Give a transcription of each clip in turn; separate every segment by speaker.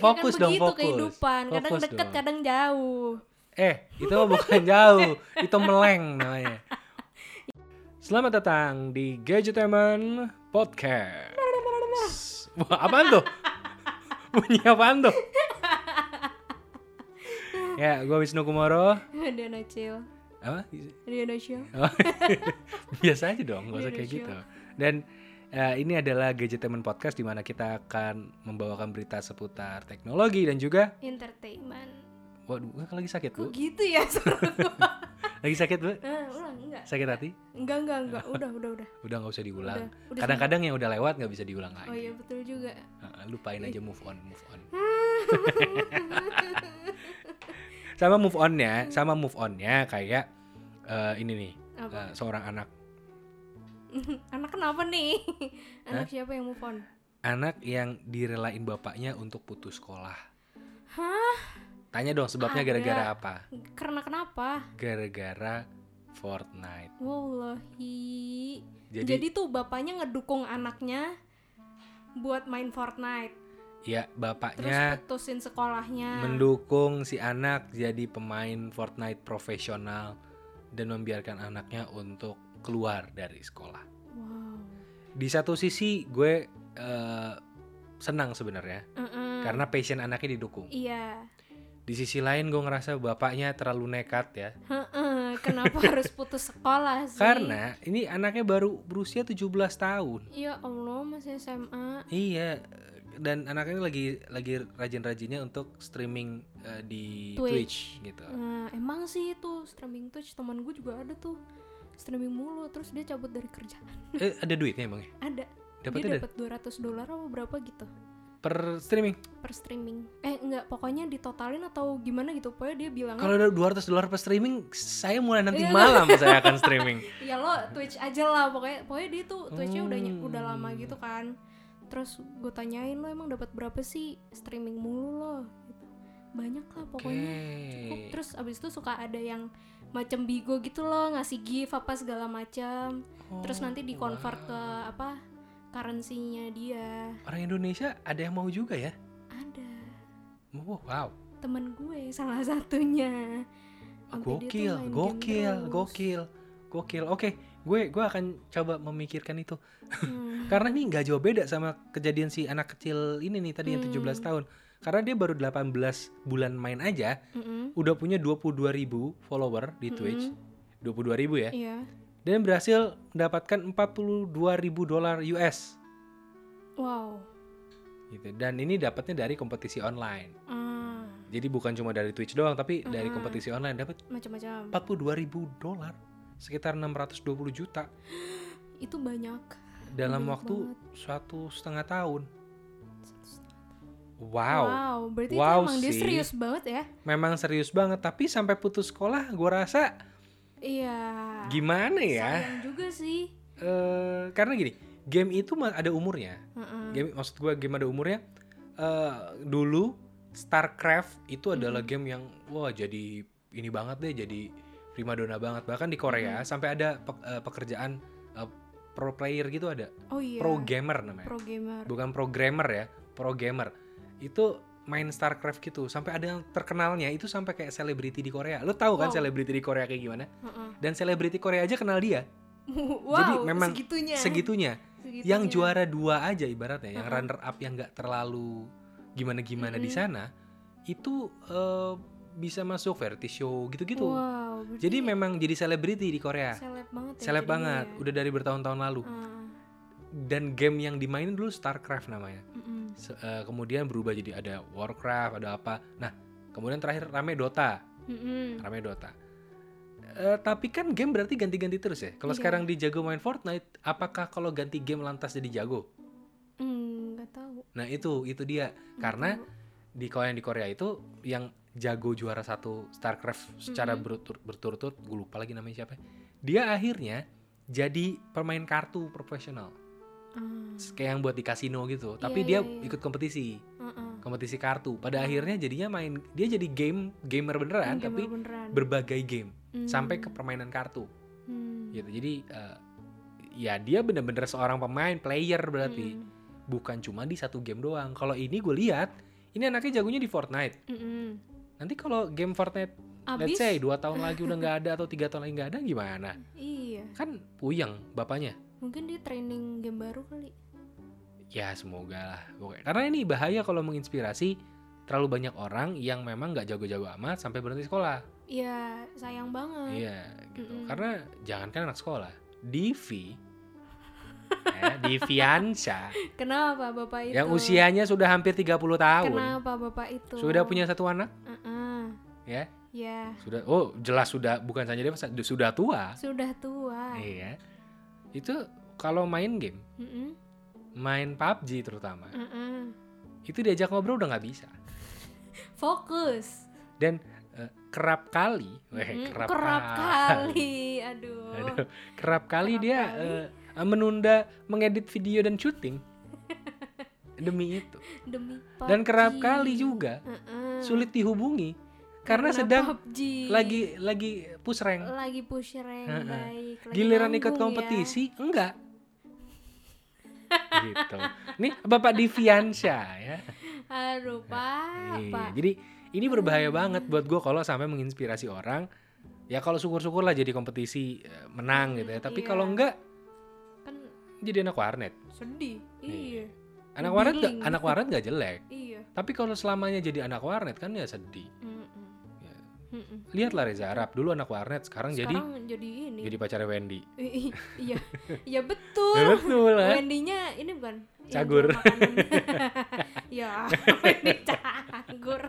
Speaker 1: fokus dong,
Speaker 2: ya kan begitu
Speaker 1: fokus.
Speaker 2: kehidupan kadang
Speaker 1: Fokus
Speaker 2: deket
Speaker 1: dong.
Speaker 2: kadang jauh
Speaker 1: Eh, itu bukan jauh, itu meleng namanya. Selamat datang di Gadgeteman Podcast. Wah, apaan tuh? Bunyi apaan tuh? ya, gue Wisnu Kumoro.
Speaker 2: dia no chill
Speaker 1: Apa?
Speaker 2: dia no chill
Speaker 1: Oh, Biasa aja dong,
Speaker 2: Iya,
Speaker 1: gak usah kayak gitu. Dan eh, ini adalah Gadgeteman Podcast di mana kita akan membawakan berita seputar teknologi dan juga...
Speaker 2: entertainment
Speaker 1: Waduh, lagi sakit, Bu.
Speaker 2: kok gitu ya suara gua?
Speaker 1: Lagi sakit, Bu.
Speaker 2: Eh, ulang enggak
Speaker 1: Sakit hati?
Speaker 2: enggak enggak enggak udah udah udah
Speaker 1: udah nggak usah diulang.
Speaker 2: Udah, udah
Speaker 1: Kadang-kadang yang udah lewat nggak bisa diulang
Speaker 2: oh iya
Speaker 1: lagi.
Speaker 2: betul juga
Speaker 1: Heeh, Lupain aja move on, move on. sama move onnya, sama move onnya kayak eh, ini nih eh,
Speaker 2: Apa?
Speaker 1: seorang anak,
Speaker 2: anak kenapa nih anak siapa yang move on
Speaker 1: anak yang direlain bapaknya untuk putus sekolah.
Speaker 2: hah
Speaker 1: Tanya dong sebabnya
Speaker 2: Ada.
Speaker 1: gara-gara apa?
Speaker 2: karena kenapa
Speaker 1: Gara-gara Fortnite.
Speaker 2: wallahi
Speaker 1: Jadi,
Speaker 2: jadi tuh bapaknya ngedukung anaknya buat main Fortnite
Speaker 1: ya
Speaker 2: terus
Speaker 1: bapaknya
Speaker 2: putusin sekolahnya
Speaker 1: mendukung si anak jadi pemain Fortnite profesional dan membiarkan anaknya untuk keluar dari sekolah.
Speaker 2: wow
Speaker 1: Di satu sisi gue eh, senang sebenarnya
Speaker 2: Mm-mm.
Speaker 1: karena passion anaknya didukung.
Speaker 2: iya
Speaker 1: Di sisi lain gue ngerasa bapaknya terlalu nekat ya.
Speaker 2: Heeh, Eh, kenapa harus putus sekolah sih
Speaker 1: Karena ini anaknya baru berusia 17 tahun.
Speaker 2: ya allah masih SMA
Speaker 1: Iya dan anaknya lagi lagi rajin-rajinnya untuk streaming eh, di Twitch,
Speaker 2: Twitch.
Speaker 1: gitu.
Speaker 2: Nah, emang sih itu streaming Twitch teman gue juga ada tuh streaming mulu terus dia cabut dari kerjaan
Speaker 1: Eh, ada duitnya emang ya?
Speaker 2: ada
Speaker 1: Dapatnya dari-
Speaker 2: dia dapat 200 dolar apa berapa gitu
Speaker 1: per streaming?
Speaker 2: per streaming eh enggak pokoknya ditotalin atau gimana gitu pokoknya dia bilang
Speaker 1: Kalau ada 200 dolar per streaming, saya mulai nanti
Speaker 2: Iya.
Speaker 1: malam saya akan streaming.
Speaker 2: ya lo Twitch aja lah pokoknya pokoknya dia tuh Twitchnya udah ny-
Speaker 1: Hmm.
Speaker 2: udah lama gitu kan terus gue tanyain lo emang dapat berapa sih streaming mulu lo Gitu. banyak lah pokoknya cukup
Speaker 1: Oke.
Speaker 2: terus abis itu suka ada yang macam bigo gitu loh ngasih gift apa segala macam terus
Speaker 1: Oh,
Speaker 2: nanti di convert ke
Speaker 1: wow.
Speaker 2: apa currency-nya dia
Speaker 1: orang Indonesia ada yang mau juga ya?
Speaker 2: ada
Speaker 1: Wow, wow.
Speaker 2: temen gue salah satunya Sampai dia tuh
Speaker 1: gokil,
Speaker 2: main game
Speaker 1: gokil,
Speaker 2: terus.
Speaker 1: gokil, gokil. Oke, gue gue akan coba memikirkan itu.
Speaker 2: Hmm.
Speaker 1: Karena ini nggak jauh beda sama kejadian si anak kecil ini nih tadi yang 17
Speaker 2: Hmm.
Speaker 1: tahun. Karena dia baru 18 bulan main aja,
Speaker 2: Mm-mm.
Speaker 1: udah punya 22.000 follower di
Speaker 2: Mm-mm.
Speaker 1: Twitch. 22.000 ya.
Speaker 2: iya
Speaker 1: Dan berhasil mendapatkan 42.000 dolar US.
Speaker 2: wow
Speaker 1: gitu. Dan ini dapatnya dari kompetisi online.
Speaker 2: ah
Speaker 1: Jadi bukan cuma dari Twitch doang, tapi dari
Speaker 2: Mm-mm.
Speaker 1: kompetisi online dapat
Speaker 2: macam-macam
Speaker 1: 42.000 dolar, sekitar 620 juta
Speaker 2: itu banyak
Speaker 1: dalam
Speaker 2: Banyak
Speaker 1: waktu satu setengah tahun.
Speaker 2: wow,
Speaker 1: Wow.
Speaker 2: berarti
Speaker 1: Wow
Speaker 2: itu emang dia
Speaker 1: sih.
Speaker 2: serius banget ya
Speaker 1: memang serius banget. Tapi sampai putus sekolah, gua rasa
Speaker 2: iya
Speaker 1: gimana ya?
Speaker 2: sayang juga sih
Speaker 1: Eh, karena gini, game itu ma- ada umurnya.
Speaker 2: Heeh.
Speaker 1: Game maksud gua game ada umurnya. Eh, dulu StarCraft itu adalah game yang wah jadi ini banget deh jadi primadona banget bahkan di Korea sampai ada pe- eh, pekerjaan eh, pro player gitu ada
Speaker 2: oh iya
Speaker 1: pro gamer namanya
Speaker 2: Pro gamer
Speaker 1: bukan programmer ya pro gamer itu main StarCraft gitu sampai ada yang terkenalnya itu sampai kayak selebriti di Korea lo tahu kan
Speaker 2: Wow.
Speaker 1: selebriti di Korea kayak gimana
Speaker 2: Heeh.
Speaker 1: dan selebriti Korea aja kenal dia
Speaker 2: wow
Speaker 1: memang
Speaker 2: segitunya
Speaker 1: segitunya
Speaker 2: Segitunya.
Speaker 1: yang juara dua aja ibaratnya yang
Speaker 2: Gitu Mm-mm.
Speaker 1: runner up yang nggak terlalu gimana gimana di
Speaker 2: Mm-mm.
Speaker 1: sana itu eh, bisa masuk variety show gitu-gitu
Speaker 2: wow
Speaker 1: gitu.
Speaker 2: berarti
Speaker 1: jadi memang jadi selebriti di Korea
Speaker 2: seleb banget ya
Speaker 1: seleb
Speaker 2: jadinya
Speaker 1: banget
Speaker 2: ya.
Speaker 1: udah dari bertahun-tahun lalu
Speaker 2: Ah,
Speaker 1: dan game yang dimainin dulu Starcraft namanya
Speaker 2: mm-mm.
Speaker 1: Se- eh, kemudian berubah jadi ada Warcraft ada apa nah kemudian terakhir rame Dota
Speaker 2: Mm-mm.
Speaker 1: rame Dota Eh, tapi kan game berarti ganti-ganti terus ya. Kalau
Speaker 2: Iya.
Speaker 1: sekarang di jago main Fortnite, apakah kalau ganti game lantas jadi jago?
Speaker 2: Mm, nggak tahu
Speaker 1: Nah itu itu dia
Speaker 2: nggak
Speaker 1: karena
Speaker 2: tahu.
Speaker 1: di kalau yang di Korea itu yang jago juara satu Starcraft secara
Speaker 2: Mhm.
Speaker 1: bertur- berturut-turut gue lupa lagi namanya siapa. Dia akhirnya jadi pemain kartu profesional
Speaker 2: Ah,
Speaker 1: kayak yang buat di kasino gitu. Tapi
Speaker 2: Iya,
Speaker 1: dia
Speaker 2: iya, iya.
Speaker 1: ikut kompetisi
Speaker 2: ah-ah.
Speaker 1: kompetisi kartu. Pada
Speaker 2: Ah.
Speaker 1: akhirnya jadinya main dia jadi game gamer beneran
Speaker 2: Ini
Speaker 1: tapi
Speaker 2: gamer beneran.
Speaker 1: berbagai game
Speaker 2: Mm,
Speaker 1: sampai ke permainan kartu
Speaker 2: mm,
Speaker 1: gitu. Jadi eh, ya dia bener-bener seorang pemain player berarti
Speaker 2: mm.
Speaker 1: bukan cuma di satu game doang. Kalau ini gue lihat ini anaknya jagonya di Fortnite.
Speaker 2: Mm-mm.
Speaker 1: Nanti kalau game Fortnite let's
Speaker 2: Abis,
Speaker 1: say 2 tahun lagi udah nggak ada atau tiga tahun lagi nggak ada gimana?
Speaker 2: iya.
Speaker 1: Kan puyeng bapaknya.
Speaker 2: Mungkin dia training game baru kali.
Speaker 1: Ya semoga lah. Pokoknya- Karena ini bahaya kalau menginspirasi terlalu banyak orang yang memang nggak jago-jago amat sampai berhenti sekolah.
Speaker 2: Ya, sayang banget.
Speaker 1: Iya, gitu.
Speaker 2: Mm-mm.
Speaker 1: Karena jangankan anak sekolah, Divi ya, Diviansyah
Speaker 2: Kenapa Bapak itu?
Speaker 1: yang usianya sudah hampir 30 tahun,
Speaker 2: Kenapa Bapak itu?
Speaker 1: sudah punya satu anak,
Speaker 2: Heeh.
Speaker 1: ya.
Speaker 2: Ya,
Speaker 1: Sudah oh, jelas sudah bukan saja dia sudah tua.
Speaker 2: sudah tua.
Speaker 1: Iya. Itu kalau main game,
Speaker 2: Mm-mm.
Speaker 1: main PUBG terutama,
Speaker 2: Mm-mm.
Speaker 1: itu diajak ngobrol udah nggak bisa.
Speaker 2: Fokus.
Speaker 1: Dan eh, kerap kali, weh,
Speaker 2: Mm-mm.
Speaker 1: kerap,
Speaker 2: kali. Aduh.
Speaker 1: Aduh, kerap kali
Speaker 2: Kerap
Speaker 1: dia
Speaker 2: kali.
Speaker 1: eh, menunda mengedit video dan syuting demi itu.
Speaker 2: Demi
Speaker 1: Dan kerap
Speaker 2: PUBG.
Speaker 1: kali juga
Speaker 2: Heeh.
Speaker 1: sulit dihubungi karena, sedang
Speaker 2: PUBG.
Speaker 1: lagi lagi push rank.
Speaker 2: lagi push rank
Speaker 1: Heeh.
Speaker 2: baik. Lagi
Speaker 1: Giliran ikut
Speaker 2: nanggung ya.
Speaker 1: kompetisi enggak. gitu. Nih Bapak Diviansyah ya.
Speaker 2: Aduh,
Speaker 1: Iya,
Speaker 2: Pak. Pak.
Speaker 1: Jadi ini berbahaya banget buat gue kalau sampai menginspirasi orang. Ya kalau syukur-syukur lah jadi kompetisi eh, menang gitu ya.
Speaker 2: Hmm,
Speaker 1: Tapi
Speaker 2: iya.
Speaker 1: kalau enggak
Speaker 2: Kan
Speaker 1: jadi anak warnet.
Speaker 2: sedih. Iya.
Speaker 1: Anak warnet nggak-
Speaker 2: Billing.
Speaker 1: anak warnet gak jelek.
Speaker 2: Iya.
Speaker 1: Tapi kalau selamanya jadi anak warnet kan ya sedih.
Speaker 2: Mm-mm.
Speaker 1: Ya.
Speaker 2: Mm-mm.
Speaker 1: Lihatlah Reza Arab dulu anak warnet, sekarang,
Speaker 2: Sekarang jadi ini.
Speaker 1: jadi jadi pacarnya Wendy.
Speaker 2: I- i- iya. Iya
Speaker 1: Ya,
Speaker 2: betul.
Speaker 1: Betul lah.
Speaker 2: Wendy-nya ini bukan yang
Speaker 1: Cagur.
Speaker 2: jual makanan. ya, Wendy cagur.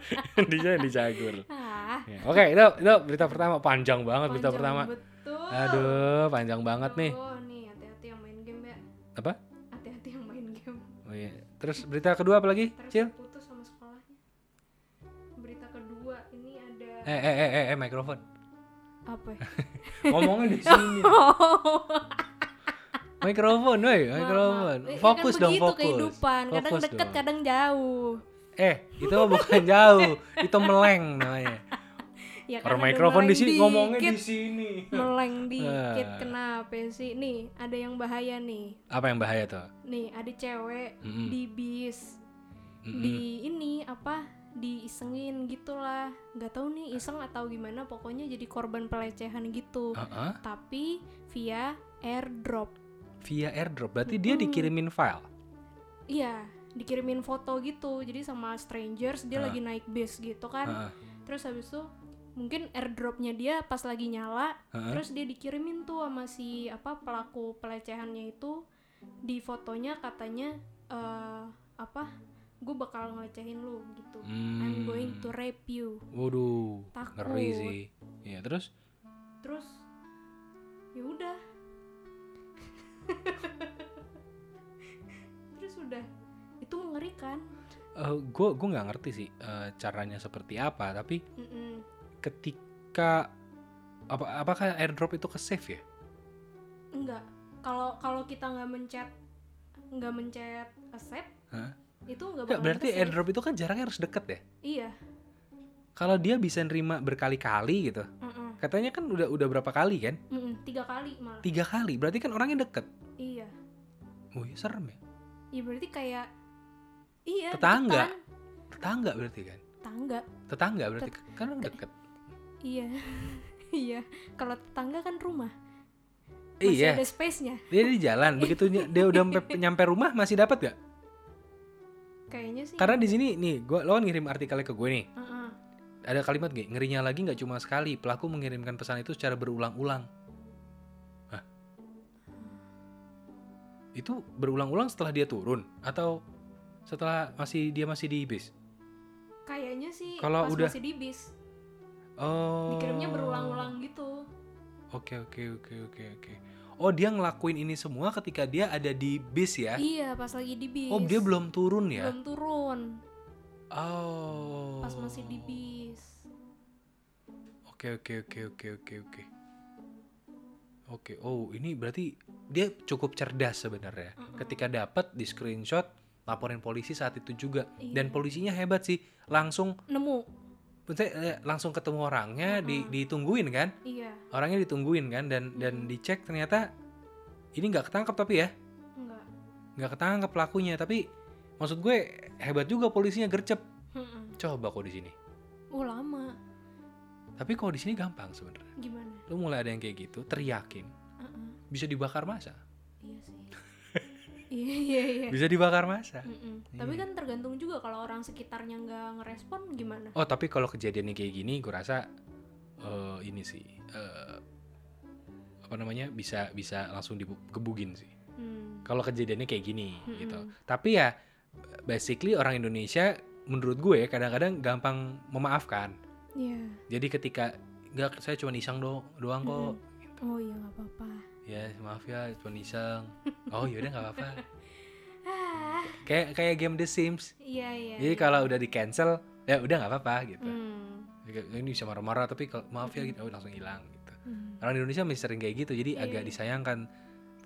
Speaker 1: Dia dicagur.
Speaker 2: Ah,
Speaker 1: Ya, Oke, itu itu berita pertama panjang banget berita
Speaker 2: panjang
Speaker 1: pertama.
Speaker 2: Betul.
Speaker 1: Aduh, panjang banget nih.
Speaker 2: Aduh, nih hati-hati yang main game ya.
Speaker 1: Apa?
Speaker 2: Hati-hati yang main game.
Speaker 1: Oh, iya. Terus berita kedua apa lagi?
Speaker 2: Terus
Speaker 1: Cil?
Speaker 2: putus sama sekolahnya. Berita kedua ini ada
Speaker 1: Eh, eh, eh, eh, eh, mikrofon.
Speaker 2: apa? ya?
Speaker 1: Ngomongnya di sini. Mikrofon, woi,
Speaker 2: Maaf,
Speaker 1: mikrofon.
Speaker 2: maaf. Eh,
Speaker 1: Fokus
Speaker 2: kan
Speaker 1: dong,
Speaker 2: begitu
Speaker 1: fokus.
Speaker 2: kehidupan. Kadang
Speaker 1: Fokus
Speaker 2: deket,
Speaker 1: dong.
Speaker 2: kadang jauh.
Speaker 1: Eh, itu mah bukan jauh, itu meleng namanya.
Speaker 2: Ya kan
Speaker 1: Orang
Speaker 2: ada
Speaker 1: mikrofon di
Speaker 2: meleng
Speaker 1: sini ngomongnya di
Speaker 2: dikit,
Speaker 1: sini.
Speaker 2: meleng dikit
Speaker 1: Ah.
Speaker 2: kenapa ya sih? Nih, ada yang bahaya nih.
Speaker 1: Apa yang bahaya tuh?
Speaker 2: Nih, ada cewek
Speaker 1: Mm-mm.
Speaker 2: di bis.
Speaker 1: Mm-mm.
Speaker 2: Di ini apa? Diisengin gitulah. nggak tahu nih iseng atau gimana, pokoknya jadi korban pelecehan gitu.
Speaker 1: Heeh.
Speaker 2: Tapi via airdrop.
Speaker 1: Via airdrop, berarti dia
Speaker 2: Mm-mm.
Speaker 1: dikirimin file.
Speaker 2: Iya, dikirimin foto gitu. Jadi sama strangers dia
Speaker 1: Ah.
Speaker 2: lagi naik bis gitu
Speaker 1: Heeh.
Speaker 2: kan. Terus habis itu mungkin airdropnya dia pas lagi nyala,
Speaker 1: Heeh.
Speaker 2: terus dia dikirimin tuh sama si apa pelaku pelecehannya itu di fotonya katanya eh apa? Gue bakal ngelecehin lu gitu. I'm
Speaker 1: Hmm.
Speaker 2: going to rape you.
Speaker 1: Waduh,
Speaker 2: Takut.
Speaker 1: ngeri sih. Iya, terus
Speaker 2: Terus ya udah. terus udah. Itu kan? mengerikan.
Speaker 1: gue gue eh, nggak ngerti sih eh, caranya seperti apa, tapi
Speaker 2: Mm-mm.
Speaker 1: ketika apa apakah airdrop itu ke save ya?
Speaker 2: Enggak. Kalau kalau kita nggak mencet nggak mencet accept,
Speaker 1: Hah?
Speaker 2: itu nggak
Speaker 1: Nggak,
Speaker 2: bakal
Speaker 1: berarti airdrop itu kan jaraknya harus deket ya.
Speaker 2: Iya.
Speaker 1: Kalau dia bisa nerima berkali-kali gitu,
Speaker 2: Mm-mm.
Speaker 1: katanya kan udah udah berapa kali kan?
Speaker 2: Mm-mm. Tiga kali malah.
Speaker 1: Tiga kali, berarti kan orangnya deket.
Speaker 2: Iya.
Speaker 1: Wih, serem ya.
Speaker 2: Iya berarti kayak iya.
Speaker 1: Tetangga.
Speaker 2: deketan.
Speaker 1: Tetangga berarti kan?
Speaker 2: Tetangga.
Speaker 1: Tetangga berarti kan orang deket.
Speaker 2: Iya. iya. Kalau tetangga kan rumah. Masih
Speaker 1: Iya,
Speaker 2: ada space-nya.
Speaker 1: dia di jalan. Begitu ny- dia udah sampai- nyampe rumah masih dapat gak?
Speaker 2: Kayaknya sih.
Speaker 1: Karena di sini nih, gua lo kan ngirim artikelnya ke gue nih.
Speaker 2: Heeh.
Speaker 1: Ada kalimat gak? Ngerinya lagi nggak cuma sekali. Pelaku mengirimkan pesan itu secara berulang-ulang. Hah? Itu berulang-ulang setelah dia turun atau setelah masih dia masih di bis?
Speaker 2: Kayaknya sih
Speaker 1: Kalau
Speaker 2: pas
Speaker 1: udah-
Speaker 2: masih di bis
Speaker 1: Oh.
Speaker 2: dikirimnya berulang-ulang gitu.
Speaker 1: Oke oke oke oke oke. Oh dia ngelakuin ini semua ketika dia ada di bis ya?
Speaker 2: Iya, pas lagi di bis.
Speaker 1: Oh dia belum turun ya?
Speaker 2: belum turun
Speaker 1: Oh.
Speaker 2: pas masih di bis.
Speaker 1: Oke oke oke oke oke oke. Oke, oh ini berarti dia cukup cerdas sebenarnya.
Speaker 2: Mm-mm.
Speaker 1: Ketika dapat di screenshot, laporin polisi saat itu juga.
Speaker 2: Iya.
Speaker 1: Dan polisinya hebat sih, langsung
Speaker 2: Nemu.
Speaker 1: maksudnya, eh, langsung ketemu orangnya, di-
Speaker 2: Mm-mm.
Speaker 1: ditungguin kan?
Speaker 2: Iya,
Speaker 1: Orangnya ditungguin kan dan dan
Speaker 2: Mm-mm.
Speaker 1: dicek ternyata ini nggak ketangkep tapi ya,
Speaker 2: enggak.
Speaker 1: nggak ketangkep pelakunya. Tapi maksud gue hebat juga polisinya gercep.
Speaker 2: Heeh.
Speaker 1: Coba kok di sini.
Speaker 2: Uh, lama.
Speaker 1: Tapi kalau di sini gampang sebenarnya.
Speaker 2: Gimana?
Speaker 1: Lu mulai ada yang kayak gitu, teriakin,
Speaker 2: Heeh.
Speaker 1: bisa dibakar masa.
Speaker 2: Iya sih. Iya iya iya.
Speaker 1: Bisa dibakar masa.
Speaker 2: Mm-mm. Tapi
Speaker 1: Iya.
Speaker 2: kan tergantung juga kalau orang sekitarnya nggak ngerespon gimana?
Speaker 1: Oh, tapi kalau kejadiannya kayak gini, gue rasa eh, ini sih eh, apa namanya bisa bisa langsung dikebugin sih.
Speaker 2: Hmm.
Speaker 1: Kalau kejadiannya kayak gini
Speaker 2: Mm-mm.
Speaker 1: gitu. Tapi ya basically orang Indonesia menurut gue ya, kadang-kadang gampang memaafkan.
Speaker 2: Iya.
Speaker 1: Jadi ketika nggak saya cuma iseng do- doang kok.
Speaker 2: Mm-mm. Oh iya nggak apa-apa.
Speaker 1: Ya maaf ya cuma iseng. Oh yaudah nggak apa-apa.
Speaker 2: Ah.
Speaker 1: Kayak kayak game The Sims.
Speaker 2: Iya iya.
Speaker 1: Jadi
Speaker 2: iya.
Speaker 1: kalau udah di cancel ya udah nggak apa-apa gitu.
Speaker 2: Hmm.
Speaker 1: Ini bisa marah-marah tapi kalau maaf ya gitu, oh, langsung hilang gitu.
Speaker 2: Hmm.
Speaker 1: Orang Indonesia masih sering kayak gitu, jadi
Speaker 2: Iya,
Speaker 1: agak
Speaker 2: iya.
Speaker 1: disayangkan.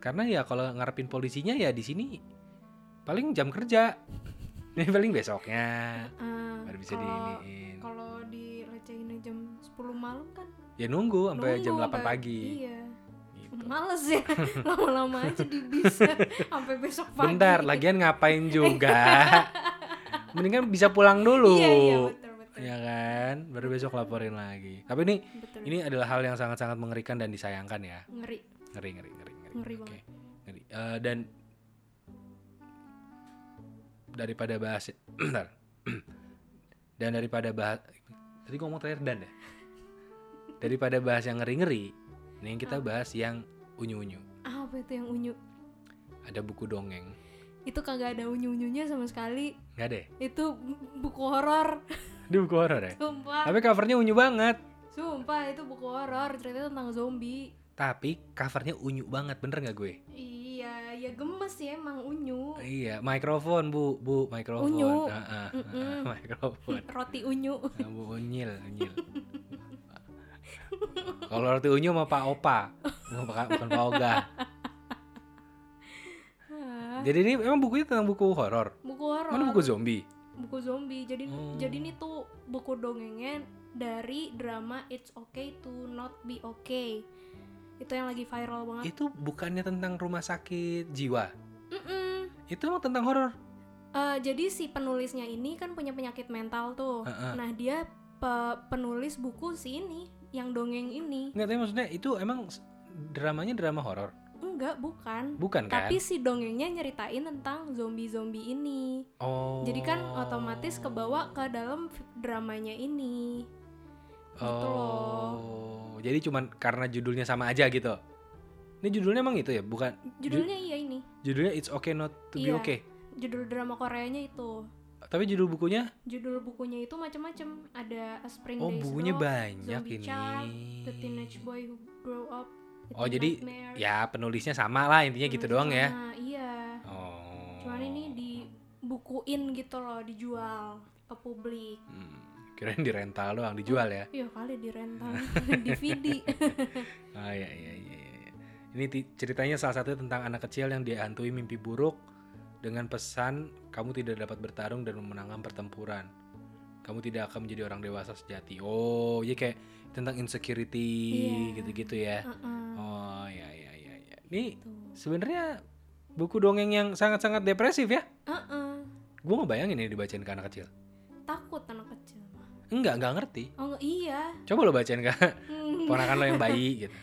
Speaker 1: Karena ya kalau ngarepin polisinya ya di sini paling jam kerja. Ini paling besoknya
Speaker 2: Ah,
Speaker 1: baru bisa
Speaker 2: kalau-
Speaker 1: diiniin.
Speaker 2: Kalau dilecehinnya jam 10 malam kan
Speaker 1: Ya nunggu sampai
Speaker 2: nunggu
Speaker 1: jam 8
Speaker 2: sampai-
Speaker 1: pagi.
Speaker 2: Iya.
Speaker 1: Gitu.
Speaker 2: Males ya. Lama-lama aja di bis sampai besok pagi.
Speaker 1: Bentar, lagian ngapain juga? Mendingan bisa pulang dulu.
Speaker 2: Iya iya betul betul.
Speaker 1: Ya kan? Baru besok laporin lagi. Tapi ini
Speaker 2: betul.
Speaker 1: ini adalah hal yang sangat-sangat mengerikan dan disayangkan ya.
Speaker 2: ngeri.
Speaker 1: ngeri ngeri ngeri ngeri,
Speaker 2: Ngeri
Speaker 1: Oke.
Speaker 2: banget.
Speaker 1: ngeri Eh, dan daripada bahas ya, bentar. dan daripada bahas tadi gua ngomong terakhir dan ya daripada bahas yang ngeri ngeri ini yang kita bahas yang unyu unyu
Speaker 2: Ah, apa itu yang unyu?
Speaker 1: ada buku dongeng
Speaker 2: Itu kagak ada unyu-unyunya sama sekali.
Speaker 1: nggak deh
Speaker 2: Itu buku horor.
Speaker 1: di buku horor ya
Speaker 2: Sumpah.
Speaker 1: tapi covernya unyu banget
Speaker 2: Sumpah itu buku horor ceritanya tentang zombie.
Speaker 1: tapi covernya unyu banget bener nggak gue
Speaker 2: Iya, ya gemes sih emang unyu.
Speaker 1: iya mikrofon bu bu mikrofon
Speaker 2: Unyu.
Speaker 1: Ah, ah, ah,
Speaker 2: Mm-mm.
Speaker 1: mikrofon
Speaker 2: Roti unyu.
Speaker 1: Kamu unyil, unyil. Kalau roti unyu sama Pak Opa, bukan Pak- bukan Pak Oga.
Speaker 2: Ah,
Speaker 1: Jadi ini emang bukunya tentang buku horor.
Speaker 2: buku horor.
Speaker 1: Mana buku zombie?
Speaker 2: buku zombie jadi
Speaker 1: Hmm.
Speaker 2: jadi ini tuh buku dongengnya dari drama It's Okay to Not Be Okay itu yang lagi viral banget
Speaker 1: Itu bukannya tentang rumah sakit jiwa.
Speaker 2: Mm-mm.
Speaker 1: Itu emang tentang horor.
Speaker 2: Eh, jadi si penulisnya ini kan punya penyakit mental tuh
Speaker 1: Heeh.
Speaker 2: nah dia pe- penulis buku si ini yang dongeng ini
Speaker 1: Enggak, tapi maksudnya itu emang s- dramanya drama horor,
Speaker 2: enggak bukan
Speaker 1: bukan kan?
Speaker 2: tapi si dongengnya nyeritain tentang zombie-zombie ini
Speaker 1: oh.
Speaker 2: jadi kan otomatis kebawa ke dalam f- dramanya ini gitu loh.
Speaker 1: Oh. Jadi cuman karena judulnya sama aja gitu. Ini judulnya emang itu ya, bukan
Speaker 2: judulnya iya ini
Speaker 1: judulnya It's Okay Not to Be
Speaker 2: Iya.
Speaker 1: Okay.
Speaker 2: judul drama Koreanya itu
Speaker 1: Tapi judul bukunya
Speaker 2: judul bukunya itu macam-macam ada A Spring
Speaker 1: Oh
Speaker 2: Days
Speaker 1: bukunya
Speaker 2: Rock,
Speaker 1: banyak
Speaker 2: Zombie
Speaker 1: ini.
Speaker 2: Child, The Teenage Boy Who Grow Up, Little
Speaker 1: Oh, jadi
Speaker 2: Nightmare,
Speaker 1: Ya penulisnya sama lah intinya gitu
Speaker 2: penulisnya
Speaker 1: doang ya.
Speaker 2: sama, iya
Speaker 1: Oh.
Speaker 2: cuman ini dibukuin gitu loh dijual ke publik
Speaker 1: Hmm, kirain di rental doang dijual ya.
Speaker 2: iya kali di rental DVD
Speaker 1: Ah iya iya iya. iya. Ini ti- ceritanya salah satu tentang anak kecil yang dihantui mimpi buruk dengan pesan kamu tidak dapat bertarung dan memenangkan pertempuran. Kamu tidak akan menjadi orang dewasa sejati. Oh, ya kayak tentang insecurity
Speaker 2: Iya.
Speaker 1: gitu-gitu ya.
Speaker 2: Heeh,
Speaker 1: Oh iya iya iya iya. Ini
Speaker 2: tuh.
Speaker 1: sebenarnya buku dongeng yang sangat-sangat depresif ya.
Speaker 2: Heeh,
Speaker 1: Gue ngebayangin ini dibacain ke anak kecil.
Speaker 2: takut anak kecil mah
Speaker 1: Enggak, enggak ngerti.
Speaker 2: oh enggak, iya
Speaker 1: Coba lo bacain ke
Speaker 2: Hmm,
Speaker 1: ponakan lo yang bayi gitu.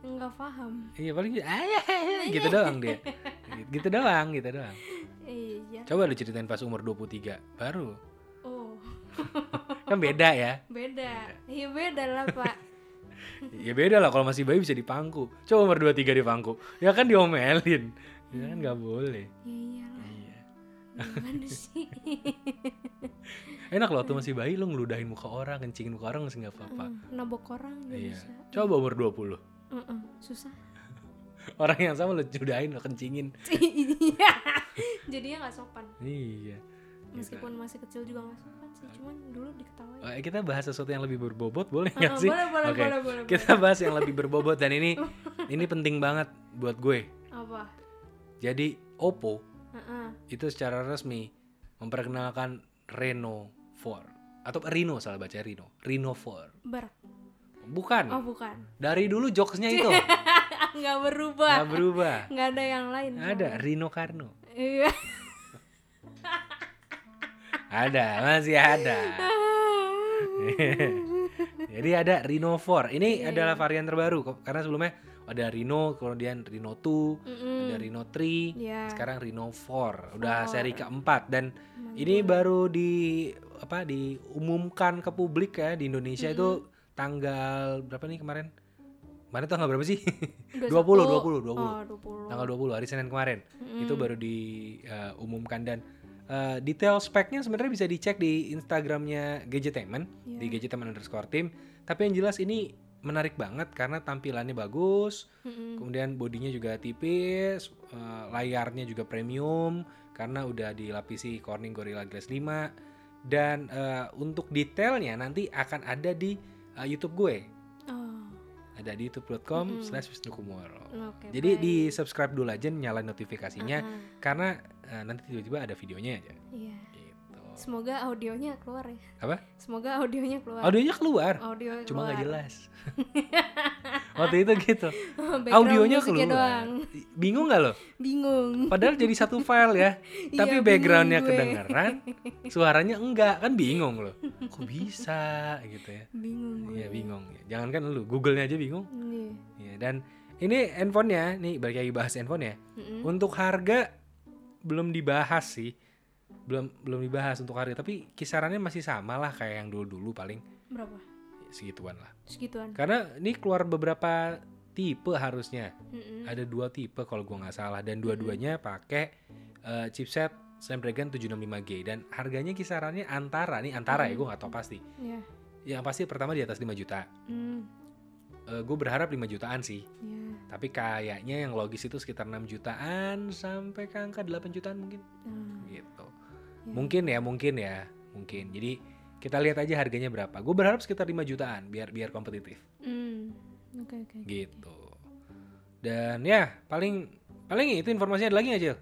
Speaker 2: nggak paham
Speaker 1: Iya paling gitu, "Ayah, ayah," gitu doang dia. Gitu- Gitu doang, gitu doang.
Speaker 2: iya
Speaker 1: Coba lo ceritain pas umur 23, baru.
Speaker 2: oh
Speaker 1: Kan beda ya.
Speaker 2: beda iya beda lah pak
Speaker 1: Ya beda lah kalau masih bayi bisa dipangku. Coba umur 23 dipangku. Ya kan diomelin. Ya kan nggak boleh.
Speaker 2: ya iyalah
Speaker 1: Iya.
Speaker 2: gimana sih
Speaker 1: Enak loh tuh masih bayi lo ngeludahin muka orang, kencingin muka orang masih nggak apa-apa.
Speaker 2: Mm, nabok orang nggak
Speaker 1: Iya.
Speaker 2: bisa
Speaker 1: Coba umur 20.
Speaker 2: Mm-mm, susah
Speaker 1: Orang yang sama lo judahin, lo kencingin.
Speaker 2: iya jadinya nggak sopan
Speaker 1: Iya.
Speaker 2: meskipun masih kecil juga nggak sopan sih cuman dulu diketawain
Speaker 1: Eh, kita bahas sesuatu yang lebih berbobot boleh
Speaker 2: Ah,
Speaker 1: nggak Iya sih?
Speaker 2: boleh boleh
Speaker 1: Oke.
Speaker 2: boleh boleh
Speaker 1: Kita bahas yang lebih berbobot dan ini ini penting banget buat gue.
Speaker 2: boleh. apa
Speaker 1: Jadi Oppo
Speaker 2: Heeh.
Speaker 1: itu secara resmi memperkenalkan Reno 4 atau Reno salah baca Reno, Reno 4.
Speaker 2: ber oh
Speaker 1: Bukan.
Speaker 2: bukan
Speaker 1: Dari dulu jokesnya itu
Speaker 2: Ah, nggak berubah
Speaker 1: Hmm. nggak berubah.
Speaker 2: nggak ada yang lain Iya.
Speaker 1: Ada Rino Karno.
Speaker 2: soalnya. iya
Speaker 1: ada masih ada jadi ada Reno 4 ini
Speaker 2: Iya,
Speaker 1: adalah
Speaker 2: iya.
Speaker 1: varian terbaru ko- karena sebelumnya ada Reno kemudian Reno 2
Speaker 2: Mm-mm.
Speaker 1: ada Reno 3
Speaker 2: Iya.
Speaker 1: sekarang Reno 4 udah
Speaker 2: Four.
Speaker 1: seri keempat dan
Speaker 2: Mantul.
Speaker 1: ini baru di apa diumumkan ke publik ya di Indonesia itu tanggal berapa nih kemarin kemarin tanggal berapa sih 20
Speaker 2: satu.
Speaker 1: 20 20
Speaker 2: Oh, 20.
Speaker 1: tanggal 20 hari Senin kemarin
Speaker 2: Mm-mm.
Speaker 1: itu baru diumumkan dan eh, detail speknya sebenarnya bisa dicek di Instagramnya Gadgetainment
Speaker 2: Iya.
Speaker 1: di Gadgetainment underscore team tapi yang jelas ini menarik banget karena tampilannya bagus
Speaker 2: Mm-mm.
Speaker 1: Hmm. kemudian bodinya juga tipis eh, layarnya juga premium karena udah dilapisi Corning Gorilla Glass 5 dan eh, untuk detailnya nanti akan ada di eh, YouTube gue
Speaker 2: Oh,
Speaker 1: ada di youtube.com
Speaker 2: Mm-mm.
Speaker 1: slash Wisnu Kumoro
Speaker 2: Hmm. oke,
Speaker 1: jadi
Speaker 2: baik.
Speaker 1: di subscribe dulu aja nyalain notifikasinya
Speaker 2: Ah,
Speaker 1: karena eh, nanti tiba-tiba ada videonya aja
Speaker 2: iya.
Speaker 1: gitu
Speaker 2: Semoga audionya keluar ya.
Speaker 1: Apa?
Speaker 2: Semoga audionya keluar.
Speaker 1: audionya keluar
Speaker 2: Audio
Speaker 1: Oh, cuma nggak
Speaker 2: Oh, keluar.
Speaker 1: jelas waktu itu gitu
Speaker 2: Background
Speaker 1: audionya
Speaker 2: musiknya
Speaker 1: keluar
Speaker 2: doang.
Speaker 1: bingung nggak lo
Speaker 2: Bingung.
Speaker 1: padahal jadi satu file ya tapi
Speaker 2: Iya,
Speaker 1: backgroundnya
Speaker 2: bingung gue.
Speaker 1: kedengeran suaranya enggak kan bingung lo kok bisa gitu ya
Speaker 2: Bingung. gue.
Speaker 1: Iya bingung ya. Jangankan lu, Google-nya aja bingung.
Speaker 2: Iya.
Speaker 1: Iya, dan ini handphonenya, nih balik lagi bahas handphone ya.
Speaker 2: Mm-mm.
Speaker 1: Untuk harga belum dibahas sih. Belum belum dibahas untuk harga, tapi kisarannya masih sama lah kayak yang dulu-dulu paling
Speaker 2: Berapa?
Speaker 1: segituan lah.
Speaker 2: Segituan.
Speaker 1: Karena ini keluar beberapa tipe harusnya.
Speaker 2: Mm-mm.
Speaker 1: Ada dua tipe kalau gua nggak salah dan dua-duanya pakai eh, chipset Snapdragon 765G dan harganya kisarannya antara nih antara ya
Speaker 2: Hmm.
Speaker 1: gua nggak tahu pasti.
Speaker 2: Iya.
Speaker 1: Yang pasti pertama di atas 5 juta.
Speaker 2: Mm.
Speaker 1: Eh gue berharap 5 jutaan sih.
Speaker 2: Iya.
Speaker 1: Tapi kayaknya yang logis itu sekitar 6 jutaan sampai ke angka 8 jutaan mungkin
Speaker 2: Ah,
Speaker 1: gitu.
Speaker 2: iya.
Speaker 1: Mungkin ya, mungkin ya, mungkin. Jadi kita lihat aja harganya berapa. Gue berharap sekitar 5 jutaan biar biar kompetitif
Speaker 2: Mm. Oke, oke. oke.
Speaker 1: gitu. Dan ya paling paling itu informasinya ada lagi nggak Cil?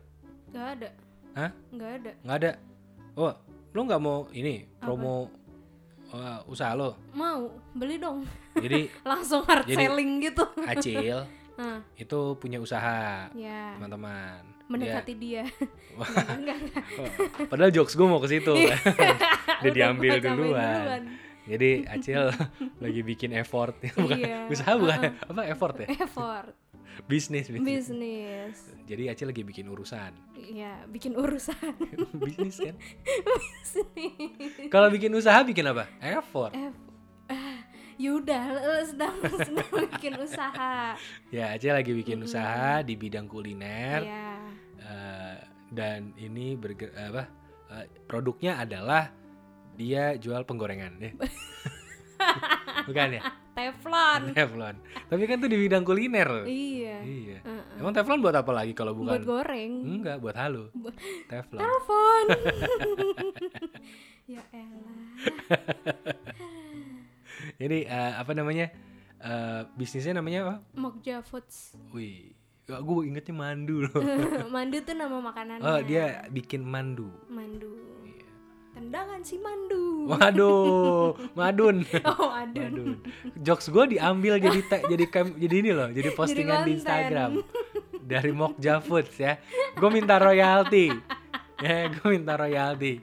Speaker 2: Nggak ada.
Speaker 1: Hah?
Speaker 2: Nggak ada.
Speaker 1: Nggak ada. Oh, lo nggak mau ini promo eh, usaha lo?
Speaker 2: Mau beli dong.
Speaker 1: Jadi
Speaker 2: Langsung hard
Speaker 1: Jadi-
Speaker 2: selling gitu.
Speaker 1: Acil
Speaker 2: Ah,
Speaker 1: itu punya usaha
Speaker 2: ya.
Speaker 1: teman-teman. Dia-
Speaker 2: Mendekati dia. Nggak, nggak, nggak.
Speaker 1: Iya. Padahal jokes gue mau ke situ. Udah
Speaker 2: gua
Speaker 1: diambil
Speaker 2: capain
Speaker 1: duluan. Jadi Acil lagi bikin effort, bukan
Speaker 2: Iya,
Speaker 1: usaha bukan apa effort ya?
Speaker 2: Effort,
Speaker 1: Bisnis, bisnis.
Speaker 2: bisnis,
Speaker 1: Jadi Acil lagi bikin urusan.
Speaker 2: ya bikin urusan
Speaker 1: bisnis kan?
Speaker 2: bisnis.
Speaker 1: Kalau bikin usaha bikin apa? Effort.
Speaker 2: Eh, ah, Yaudah, eh, sedang sedang bikin usaha.
Speaker 1: Ya Acil lagi bikin usaha di bidang kuliner
Speaker 2: Ya,
Speaker 1: eh, dan ini berge- apa? eh, produknya adalah dia jual penggorengan ya. bukan ya?
Speaker 2: teflon.
Speaker 1: Teflon. Tapi kan itu di bidang kuliner. loh.
Speaker 2: Iya.
Speaker 1: Iya.
Speaker 2: Heeh.
Speaker 1: Emang teflon buat apa lagi kalau bukan? Hmm,
Speaker 2: Buat goreng.
Speaker 1: Enggak, buat halo.
Speaker 2: Bu-
Speaker 1: Teflon.
Speaker 2: Telepon. ya elah.
Speaker 1: Jadi eh, apa namanya? Eh, bisnisnya namanya apa?
Speaker 2: Mokja Foods.
Speaker 1: Wih, gue ingetnya mandu loh.
Speaker 2: Iya. Mandu tuh nama makanannya.
Speaker 1: Oh, dia Iya. bikin mandu.
Speaker 2: Mandu. Tendangan si Mandu.
Speaker 1: Waduh, madun.
Speaker 2: Oh, aduh.
Speaker 1: Madun. Jokes gue diambil jadi tag, jadi cam, jadi ini loh, jadi postingan di
Speaker 2: konten.
Speaker 1: Instagram dari Mokja Foods ya. Gue minta royalti. Ya, gue minta royalti.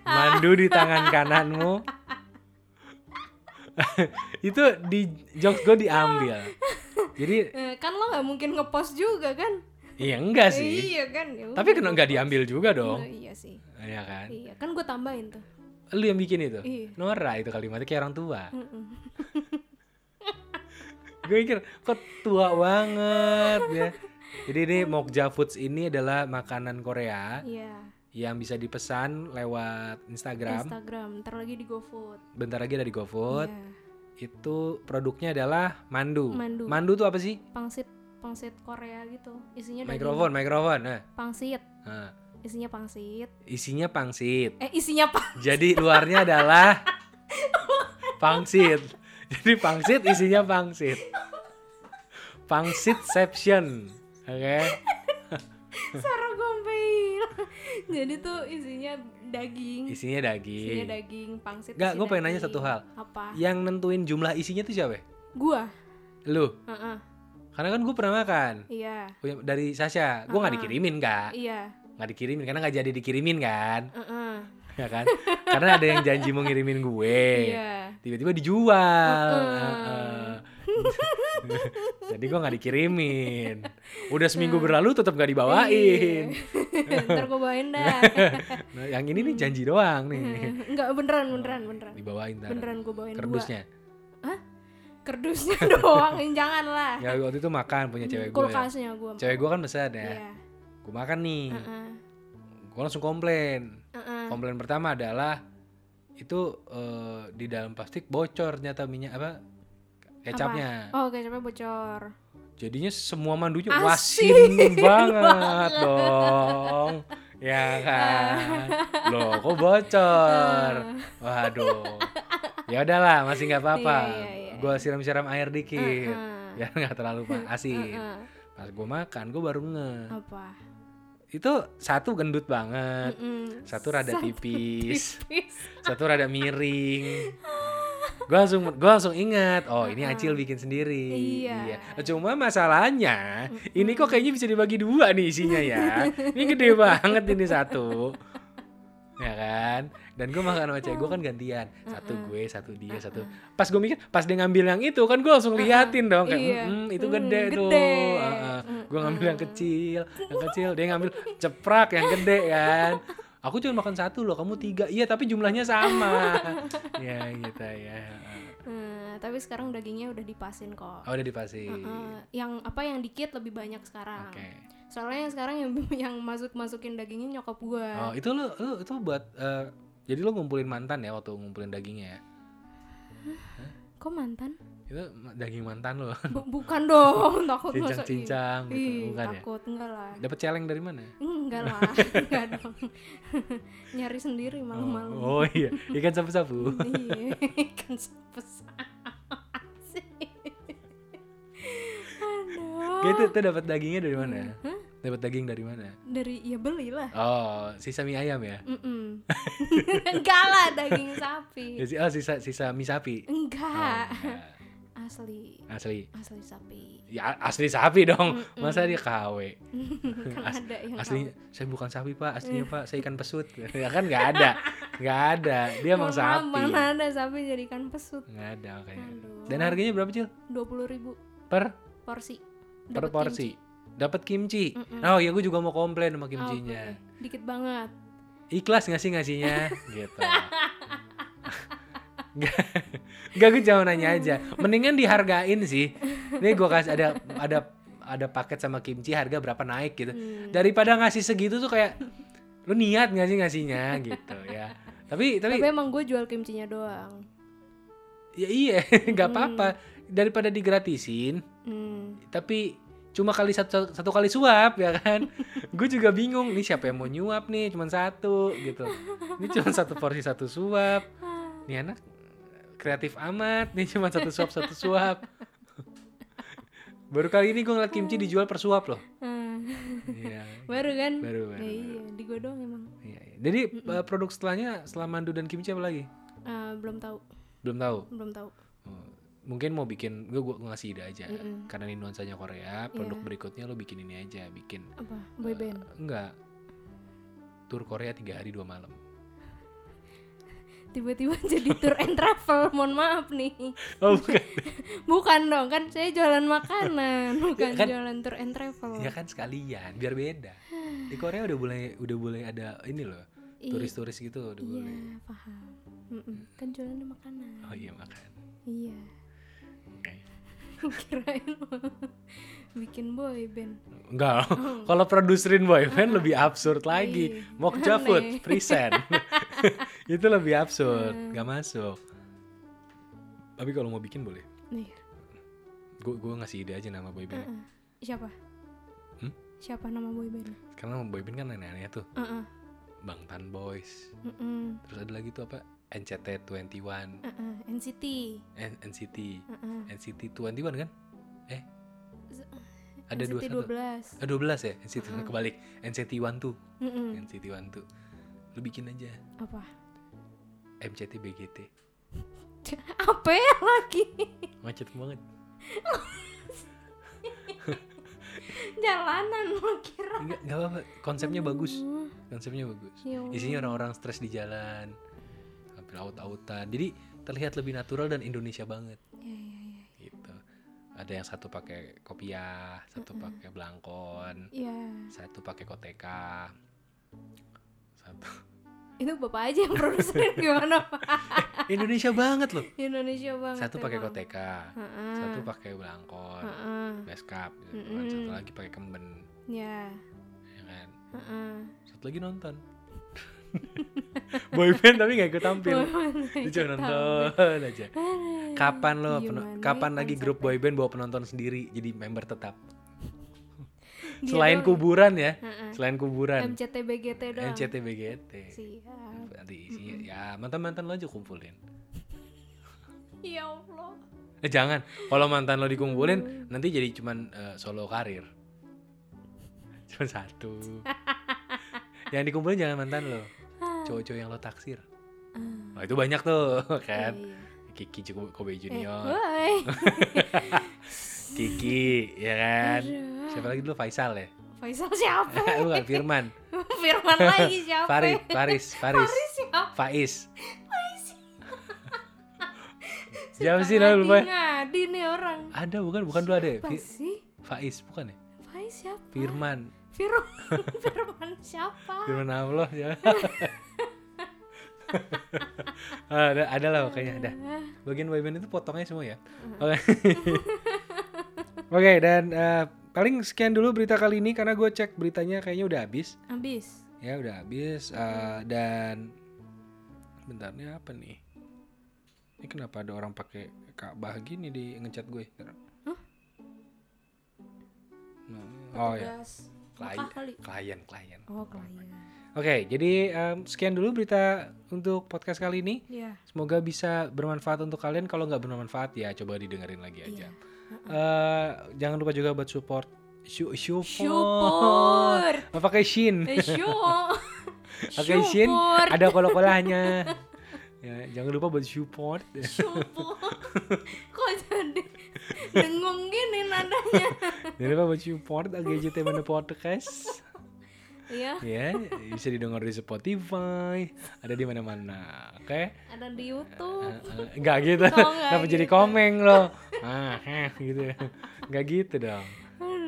Speaker 1: Mandu di tangan kananmu. itu di jokes gue diambil. Jadi
Speaker 2: Eh, kan lo nggak mungkin ngepost juga kan?
Speaker 1: iya enggak sih.
Speaker 2: Iya kan. ya
Speaker 1: Tapi
Speaker 2: udah.
Speaker 1: kena nggak diambil juga dong.
Speaker 2: Eh, Iya sih.
Speaker 1: Iya kan?
Speaker 2: Iya, kan gue tambahin tuh.
Speaker 1: Lu yang bikin itu?
Speaker 2: Iya.
Speaker 1: Nora itu kalimatnya kayak orang tua.
Speaker 2: Mm-mm.
Speaker 1: Gue mikir kok tua banget ya. Jadi ini Mokja Foods ini adalah makanan Korea
Speaker 2: Iya,
Speaker 1: yang bisa dipesan lewat Instagram.
Speaker 2: Instagram, ntar lagi di GoFood.
Speaker 1: Bentar lagi dari GoFood.
Speaker 2: Iya.
Speaker 1: Itu produknya adalah mandu.
Speaker 2: Mandu.
Speaker 1: tuh apa sih?
Speaker 2: Pangsit, pangsit Korea gitu. Isinya daging.
Speaker 1: Mikrofon, mikrofon. Nah,
Speaker 2: Pangsit,
Speaker 1: nah.
Speaker 2: isinya pangsit.
Speaker 1: isinya pangsit.
Speaker 2: Eh, isinya pang.
Speaker 1: Jadi luarnya adalah pangsit. Jadi pangsit isinya pangsit. Pangsitception. Oke.
Speaker 2: Saragombeil. Jadi tuh isinya daging.
Speaker 1: Isinya
Speaker 2: Isinya
Speaker 1: daging.
Speaker 2: daging, pangsit.
Speaker 1: Nggak,
Speaker 2: isi
Speaker 1: gua pengen nanya
Speaker 2: daging.
Speaker 1: satu hal.
Speaker 2: Apa?
Speaker 1: Yang nentuin jumlah isinya tuh siapa? ya?
Speaker 2: Gua.
Speaker 1: Lu.
Speaker 2: Heeh.
Speaker 1: Karena kan gue pernah makan
Speaker 2: Iya.
Speaker 1: Punya- dari Sasha. Gue nggak
Speaker 2: Ah.
Speaker 1: dikirimin kak,
Speaker 2: Iya.
Speaker 1: nggak dikirimin karena nggak jadi dikirimin kan.
Speaker 2: Heeh.
Speaker 1: ya kan? Karena ada yang janji mau ngirimin gue.
Speaker 2: Iya.
Speaker 1: Tiba-tiba dijual.
Speaker 2: Heeh.
Speaker 1: Heeh. Jadi gue nggak dikirimin. Udah seminggu berlalu tetap nggak dibawain.
Speaker 2: Nah. Iya. Ntar gue bawain dah.
Speaker 1: Nah, yang ini nih janji doang nih.
Speaker 2: Enggak beneran beneran beneran.
Speaker 1: Dibawain ntar.
Speaker 2: Beneran gue bawain dua.
Speaker 1: Kerdusnya.
Speaker 2: Kerdusnya doang, jangan lah.
Speaker 1: Ya waktu itu makan punya cewek gue. ya.
Speaker 2: Kulkasnya gue.
Speaker 1: Cewek gue kan pesan ya.
Speaker 2: Iya.
Speaker 1: Gue makan nih.
Speaker 2: Heeh.
Speaker 1: Gue langsung komplain.
Speaker 2: Heeh.
Speaker 1: Komplain pertama adalah itu eh, di dalam plastik bocor ternyata minyak apa kecapnya.
Speaker 2: Oh, kecapnya bocor.
Speaker 1: Jadinya semua mandunya
Speaker 2: Asin
Speaker 1: wasin banget dong. Ya kan. Loh, kok bocor? Waduh. Ya udahlah, masih nggak apa-apa.
Speaker 2: Iya, iya, iya.
Speaker 1: Gua siram-siram air dikit.
Speaker 2: Heeh.
Speaker 1: Biar nggak terlalu ma- asin.
Speaker 2: Heeh.
Speaker 1: Pas gue makan, gue baru nge.
Speaker 2: Apa?
Speaker 1: Itu satu gendut banget,
Speaker 2: Mm-mm.
Speaker 1: satu rada tipis.
Speaker 2: Tipis.
Speaker 1: satu rada miring gue langsung gue langsung ingat oh ini
Speaker 2: Heeh.
Speaker 1: acil bikin sendiri
Speaker 2: Iya.
Speaker 1: cuma masalahnya ini kok kayaknya bisa dibagi dua nih isinya ya ini gede banget ini satu ya kan dan gue makan sama cewek gue kan gantian satu gue satu dia satu pas gue mikir pas dia ngambil yang itu kan gue langsung liatin dong kayak
Speaker 2: Iya.
Speaker 1: "Mm, itu
Speaker 2: Mm,
Speaker 1: gede tuh
Speaker 2: gede.
Speaker 1: gue ngambil yang kecil yang kecil dia ngambil ceprak yang gede kan aku cuma makan satu loh kamu tiga iya tapi jumlahnya sama ya gitu ya
Speaker 2: Eh, tapi sekarang dagingnya udah dipasin kok.
Speaker 1: oh udah dipasin
Speaker 2: Eh, yang apa yang dikit lebih banyak sekarang.
Speaker 1: oke
Speaker 2: Soalnya yang sekarang yang yang masuk masukin dagingnya nyokap gua.
Speaker 1: oh itu lo lo itu buat eh, jadi lo ngumpulin mantan ya waktu ngumpulin dagingnya ya Oh.
Speaker 2: Kok mantan?
Speaker 1: itu ma- daging mantan lo
Speaker 2: Bu- bukan dong, takut
Speaker 1: cincang
Speaker 2: masuk. iya.
Speaker 1: cincang
Speaker 2: Ih,
Speaker 1: gitu bukan ya
Speaker 2: takut enggak lah.
Speaker 1: dapat celeng dari mana
Speaker 2: Enggak lah, enggak dong. Nyari sendiri malam-malam.
Speaker 1: Oh, oh iya ikan sapu-sapu
Speaker 2: Iya, kan pesat sih. Aduh.
Speaker 1: gitu tuh dapat dagingnya dari mana dapat daging dari mana
Speaker 2: Dari ya belilah.
Speaker 1: oh sisa mie ayam ya
Speaker 2: Mm-mm. enggak lah
Speaker 1: Ya
Speaker 2: daging sapi.
Speaker 1: si- oh sisa sisa mie sapi Oh,
Speaker 2: Enggak.
Speaker 1: enggak.
Speaker 2: Asli,
Speaker 1: asli
Speaker 2: asli sapi.
Speaker 1: ya asli sapi dong masa dia KW
Speaker 2: kan
Speaker 1: As-
Speaker 2: ada yang
Speaker 1: aslinya saya bukan sapi pak aslinya
Speaker 2: Iya.
Speaker 1: pak saya ikan pesut ya kan nggak ada nggak ada dia
Speaker 2: tahu.
Speaker 1: emang
Speaker 2: Mohon maaf,
Speaker 1: sapi
Speaker 2: Mana ada sapi jadikan pesut.
Speaker 1: nggak ada makanya
Speaker 2: Aduh.
Speaker 1: dan harganya berapa cil
Speaker 2: 20.000
Speaker 1: per
Speaker 2: porsi.
Speaker 1: per
Speaker 2: Dapet
Speaker 1: porsi
Speaker 2: kimchi.
Speaker 1: dapat kimchi
Speaker 2: Mm-mm.
Speaker 1: oh ya gue juga mau komplain sama
Speaker 2: Oh,
Speaker 1: kimchinya
Speaker 2: oke. Dikit banget.
Speaker 1: ikhlas nggak sih ngasihnya gitu Gak gue cuma nanya aja Mendingan dihargain sih Nih gue kasih ada Ada ada paket sama kimchi harga berapa naik gitu
Speaker 2: Hmm.
Speaker 1: Daripada ngasih segitu tuh kayak Lu niat nggak sih ngasihnya gitu ya Tapi tapi,
Speaker 2: Tapi emang gue jual kimchinya doang.
Speaker 1: ya iya nggak apa-apa Daripada digratisin
Speaker 2: Hmm.
Speaker 1: Tapi cuma kali satu, satu kali suap ya kan Gue juga bingung Nih siapa yang mau nyuap nih Cuman satu gitu Ini cuman satu porsi satu suap Nih anak kreatif amat Nih cuman satu suap satu suap Baru kali ini gue ngeliat kimchi dijual per suap loh
Speaker 2: Ah,
Speaker 1: Iya
Speaker 2: baru kan?
Speaker 1: Baru, baru,
Speaker 2: Ya
Speaker 1: baru.
Speaker 2: iya, di gue doang emang.
Speaker 1: Iya, iya. Jadi eh, produk setelahnya setelah mandu dan kimchi apa lagi?
Speaker 2: Ah, belum tahu,
Speaker 1: Belum tahu.
Speaker 2: belum tahu.
Speaker 1: Oh, Mungkin mau bikin gue gua ngasih ide aja.
Speaker 2: Mm-mm.
Speaker 1: Karena ini nuansanya Korea, produk berikutnya lo bikin ini aja, bikin
Speaker 2: Apa? Boyband.
Speaker 1: enggak tur Korea tiga hari dua malam.
Speaker 2: Tiba-tiba jadi tour and travel. Mohon maaf nih.
Speaker 1: Oh bukan.
Speaker 2: Bukan dong, kan saya jualan makanan, bukan
Speaker 1: Kan-
Speaker 2: jualan tour and travel.
Speaker 1: ya kan sekalian, biar beda. Di Korea udah boleh udah boleh ada ini loh,
Speaker 2: I-
Speaker 1: turis-turis gitu udah boleh.
Speaker 2: Iya, paham. Mm-mm, Kan jualan makanan.
Speaker 1: Oh iya makan.
Speaker 2: Iya.
Speaker 1: Oke.
Speaker 2: Kirain mau bikin Oh, boyband.
Speaker 1: Enggak, kalau produserin boyband lebih absurd lagi.
Speaker 2: Ih,
Speaker 1: Mokja
Speaker 2: Iya. aneh. Hmm.
Speaker 1: Food, present. itu lebih absurd, nggak masuk. Tapi kalau mau bikin boleh.
Speaker 2: Nih,
Speaker 1: Gue gue ngasih ide aja nama boyband.
Speaker 2: ah. siapa?
Speaker 1: Hmm?
Speaker 2: Siapa nama boybandnya?
Speaker 1: Karena nama boyband kan aneh-aneh tuh.
Speaker 2: Ah, ah.
Speaker 1: Bangtan Boys.
Speaker 2: Mm-mm.
Speaker 1: Terus ada lagi tuh apa? NCT 21,
Speaker 2: Ah, ah. NCT.
Speaker 1: N- NCT,
Speaker 2: Ah, ah.
Speaker 1: NCT 21 kan? Eh, ada
Speaker 2: NCT
Speaker 1: 21.
Speaker 2: 12.
Speaker 1: Eh, 12 ya? NCT kebalik. NCT 12,
Speaker 2: Mm-mm.
Speaker 1: NCT 12. Lu bikin aja
Speaker 2: Apa?
Speaker 1: MCT BGT.
Speaker 2: Apa ya lagi?
Speaker 1: Macet banget.
Speaker 2: jalanan lo kira
Speaker 1: Enggak, enggak apa-apa. Konsepnya bagus. Konsepnya bagus.
Speaker 2: Ya Allah.
Speaker 1: Isinya orang-orang stres di jalan. Hampir aut-autan. Jadi terlihat lebih natural dan Indonesia banget
Speaker 2: Ya, ya, ya.
Speaker 1: gitu. Ada yang satu pakai kopiah, satu pakai belangkon,
Speaker 2: Ya,
Speaker 1: satu pakai koteka. Satu.
Speaker 2: Ya. itu bapak aja yang produser gimana pak?
Speaker 1: Indonesia banget loh.
Speaker 2: Indonesia banget.
Speaker 1: Satu pakai
Speaker 2: emang.
Speaker 1: koteka,
Speaker 2: Heeh,
Speaker 1: satu pakai belangkon,
Speaker 2: heeh.
Speaker 1: best cup, gitu kan. satu
Speaker 2: Mm-mm.
Speaker 1: lagi pakai kemben,
Speaker 2: Ya, Uh-uh.
Speaker 1: ya kan.
Speaker 2: heeh.
Speaker 1: Satu lagi nonton. Boyband tapi nggak ikut tampil. Dia cuma nonton aja.
Speaker 2: Aduh,
Speaker 1: Kapan lo peno-
Speaker 2: Ya, gimana
Speaker 1: kapan
Speaker 2: ya Iya
Speaker 1: lagi
Speaker 2: konsep-
Speaker 1: grup boyband bawa penonton sendiri jadi member tetap?
Speaker 2: Dia
Speaker 1: Selain
Speaker 2: doang.
Speaker 1: kuburan ya,
Speaker 2: Heeh.
Speaker 1: selain kuburan.
Speaker 2: MCTBGT doang.
Speaker 1: MCTBGT.
Speaker 2: Siap.
Speaker 1: Nanti isinya ya mantan-mantan lo aja kumpulin.
Speaker 2: Ya Allah.
Speaker 1: Eh jangan, kalau mantan lo
Speaker 2: Hmm.
Speaker 1: dikumpulin nanti jadi cuman eh, solo karir. Cuman satu. yang dikumpulin jangan mantan lo. Cowok-cowok yang lo taksir. Wah, itu banyak tuh kan.
Speaker 2: Iya, iya.
Speaker 1: Kiki Cukup- Kobe
Speaker 2: Eh,
Speaker 1: Junior,
Speaker 2: woi.
Speaker 1: Kiki, ya kan.
Speaker 2: Aduh.
Speaker 1: Siapa lagi dulu Faisal ya?
Speaker 2: Faisal siapa?
Speaker 1: Bukan Firman,
Speaker 2: Firman lagi siapa?
Speaker 1: Farid, Faris, Faris,
Speaker 2: siapa?
Speaker 1: Faiz.
Speaker 2: Suka
Speaker 1: Siapa sih lo lupa?
Speaker 2: Ngadi nih orang.
Speaker 1: Ada bukan bukan dua deh.
Speaker 2: Apa
Speaker 1: Fi-
Speaker 2: sih?
Speaker 1: Faiz bukan ya?
Speaker 2: Faiz siapa?
Speaker 1: Firman,
Speaker 2: Firman. Firman siapa?
Speaker 1: Firman Allah ya. Oh, ada, ada lah pokoknya ada.
Speaker 2: Ah,
Speaker 1: Bagian boyband itu potongnya semua ya. Oke. Oke dan eh, paling sekian dulu berita kali ini karena gue cek beritanya kayaknya udah habis
Speaker 2: Abis.
Speaker 1: ya udah habis eh, dan bentarnya apa nih? Ini kenapa ada orang pakai Ka'bah gini di ngechat gue? Ntar.
Speaker 2: Hah?
Speaker 1: Nah, Oh ya,
Speaker 2: Petugas.
Speaker 1: klien,
Speaker 2: Mekah kali.
Speaker 1: klien, klien.
Speaker 2: Oh klien.
Speaker 1: Oke, jadi em, sekian dulu berita untuk podcast kali ini.
Speaker 2: Ya.
Speaker 1: Semoga bisa bermanfaat untuk kalian. Kalau nggak bermanfaat ya coba didengerin lagi aja.
Speaker 2: Iya.
Speaker 1: Eh, jangan lupa juga buat support. Shu, support.
Speaker 2: Syukur.
Speaker 1: Apa pakai Shin?
Speaker 2: Eh, syukur.
Speaker 1: Pakai Shin.
Speaker 2: Syukur.
Speaker 1: Ada kolak-kolaknya. ya, jangan lupa buat support.
Speaker 2: Syukur. Kok jadi dengung gini nadanya?
Speaker 1: jangan lupa buat support AGJT Mana Podcast.
Speaker 2: Iya.
Speaker 1: ya, bisa didengar di Spotify. Ada di mana-mana. Oke.
Speaker 2: Ada di YouTube.
Speaker 1: Eh, Nggak gitu,
Speaker 2: Oh, nggak
Speaker 1: kenapa jadi
Speaker 2: gitu.
Speaker 1: komeng lo? Ah, heh, gitu, nggak gitu dong.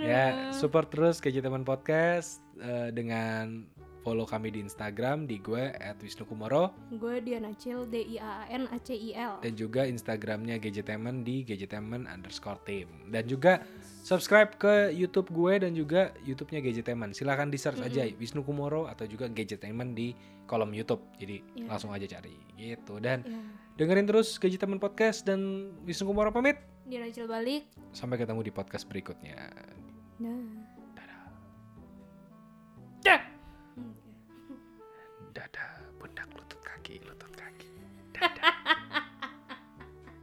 Speaker 1: Ya support terus ke teman podcast eh, dengan follow kami di Instagram di gue @wisnukumoro
Speaker 2: Gue Diana Acil D I A A N A C I L.
Speaker 1: dan juga Instagramnya gadgetemen di gadgetemen underscore team dan juga subscribe ke YouTube gue dan juga YouTube-nya gadgetemen. Silahkan di search aja Wisnu Kumoro atau juga gadgetemen di kolom YouTube. Jadi
Speaker 2: Iya.
Speaker 1: langsung aja cari gitu dan
Speaker 2: Ya.
Speaker 1: dengerin terus gadgetemen podcast dan Wisnu Kumoro pamit.
Speaker 2: Diana Acil balik.
Speaker 1: Sampai ketemu di podcast berikutnya.
Speaker 2: Nah.
Speaker 1: Dah.
Speaker 2: Hmm.
Speaker 1: Dadah, pundak, lutut kaki, lutut kaki. Dadah.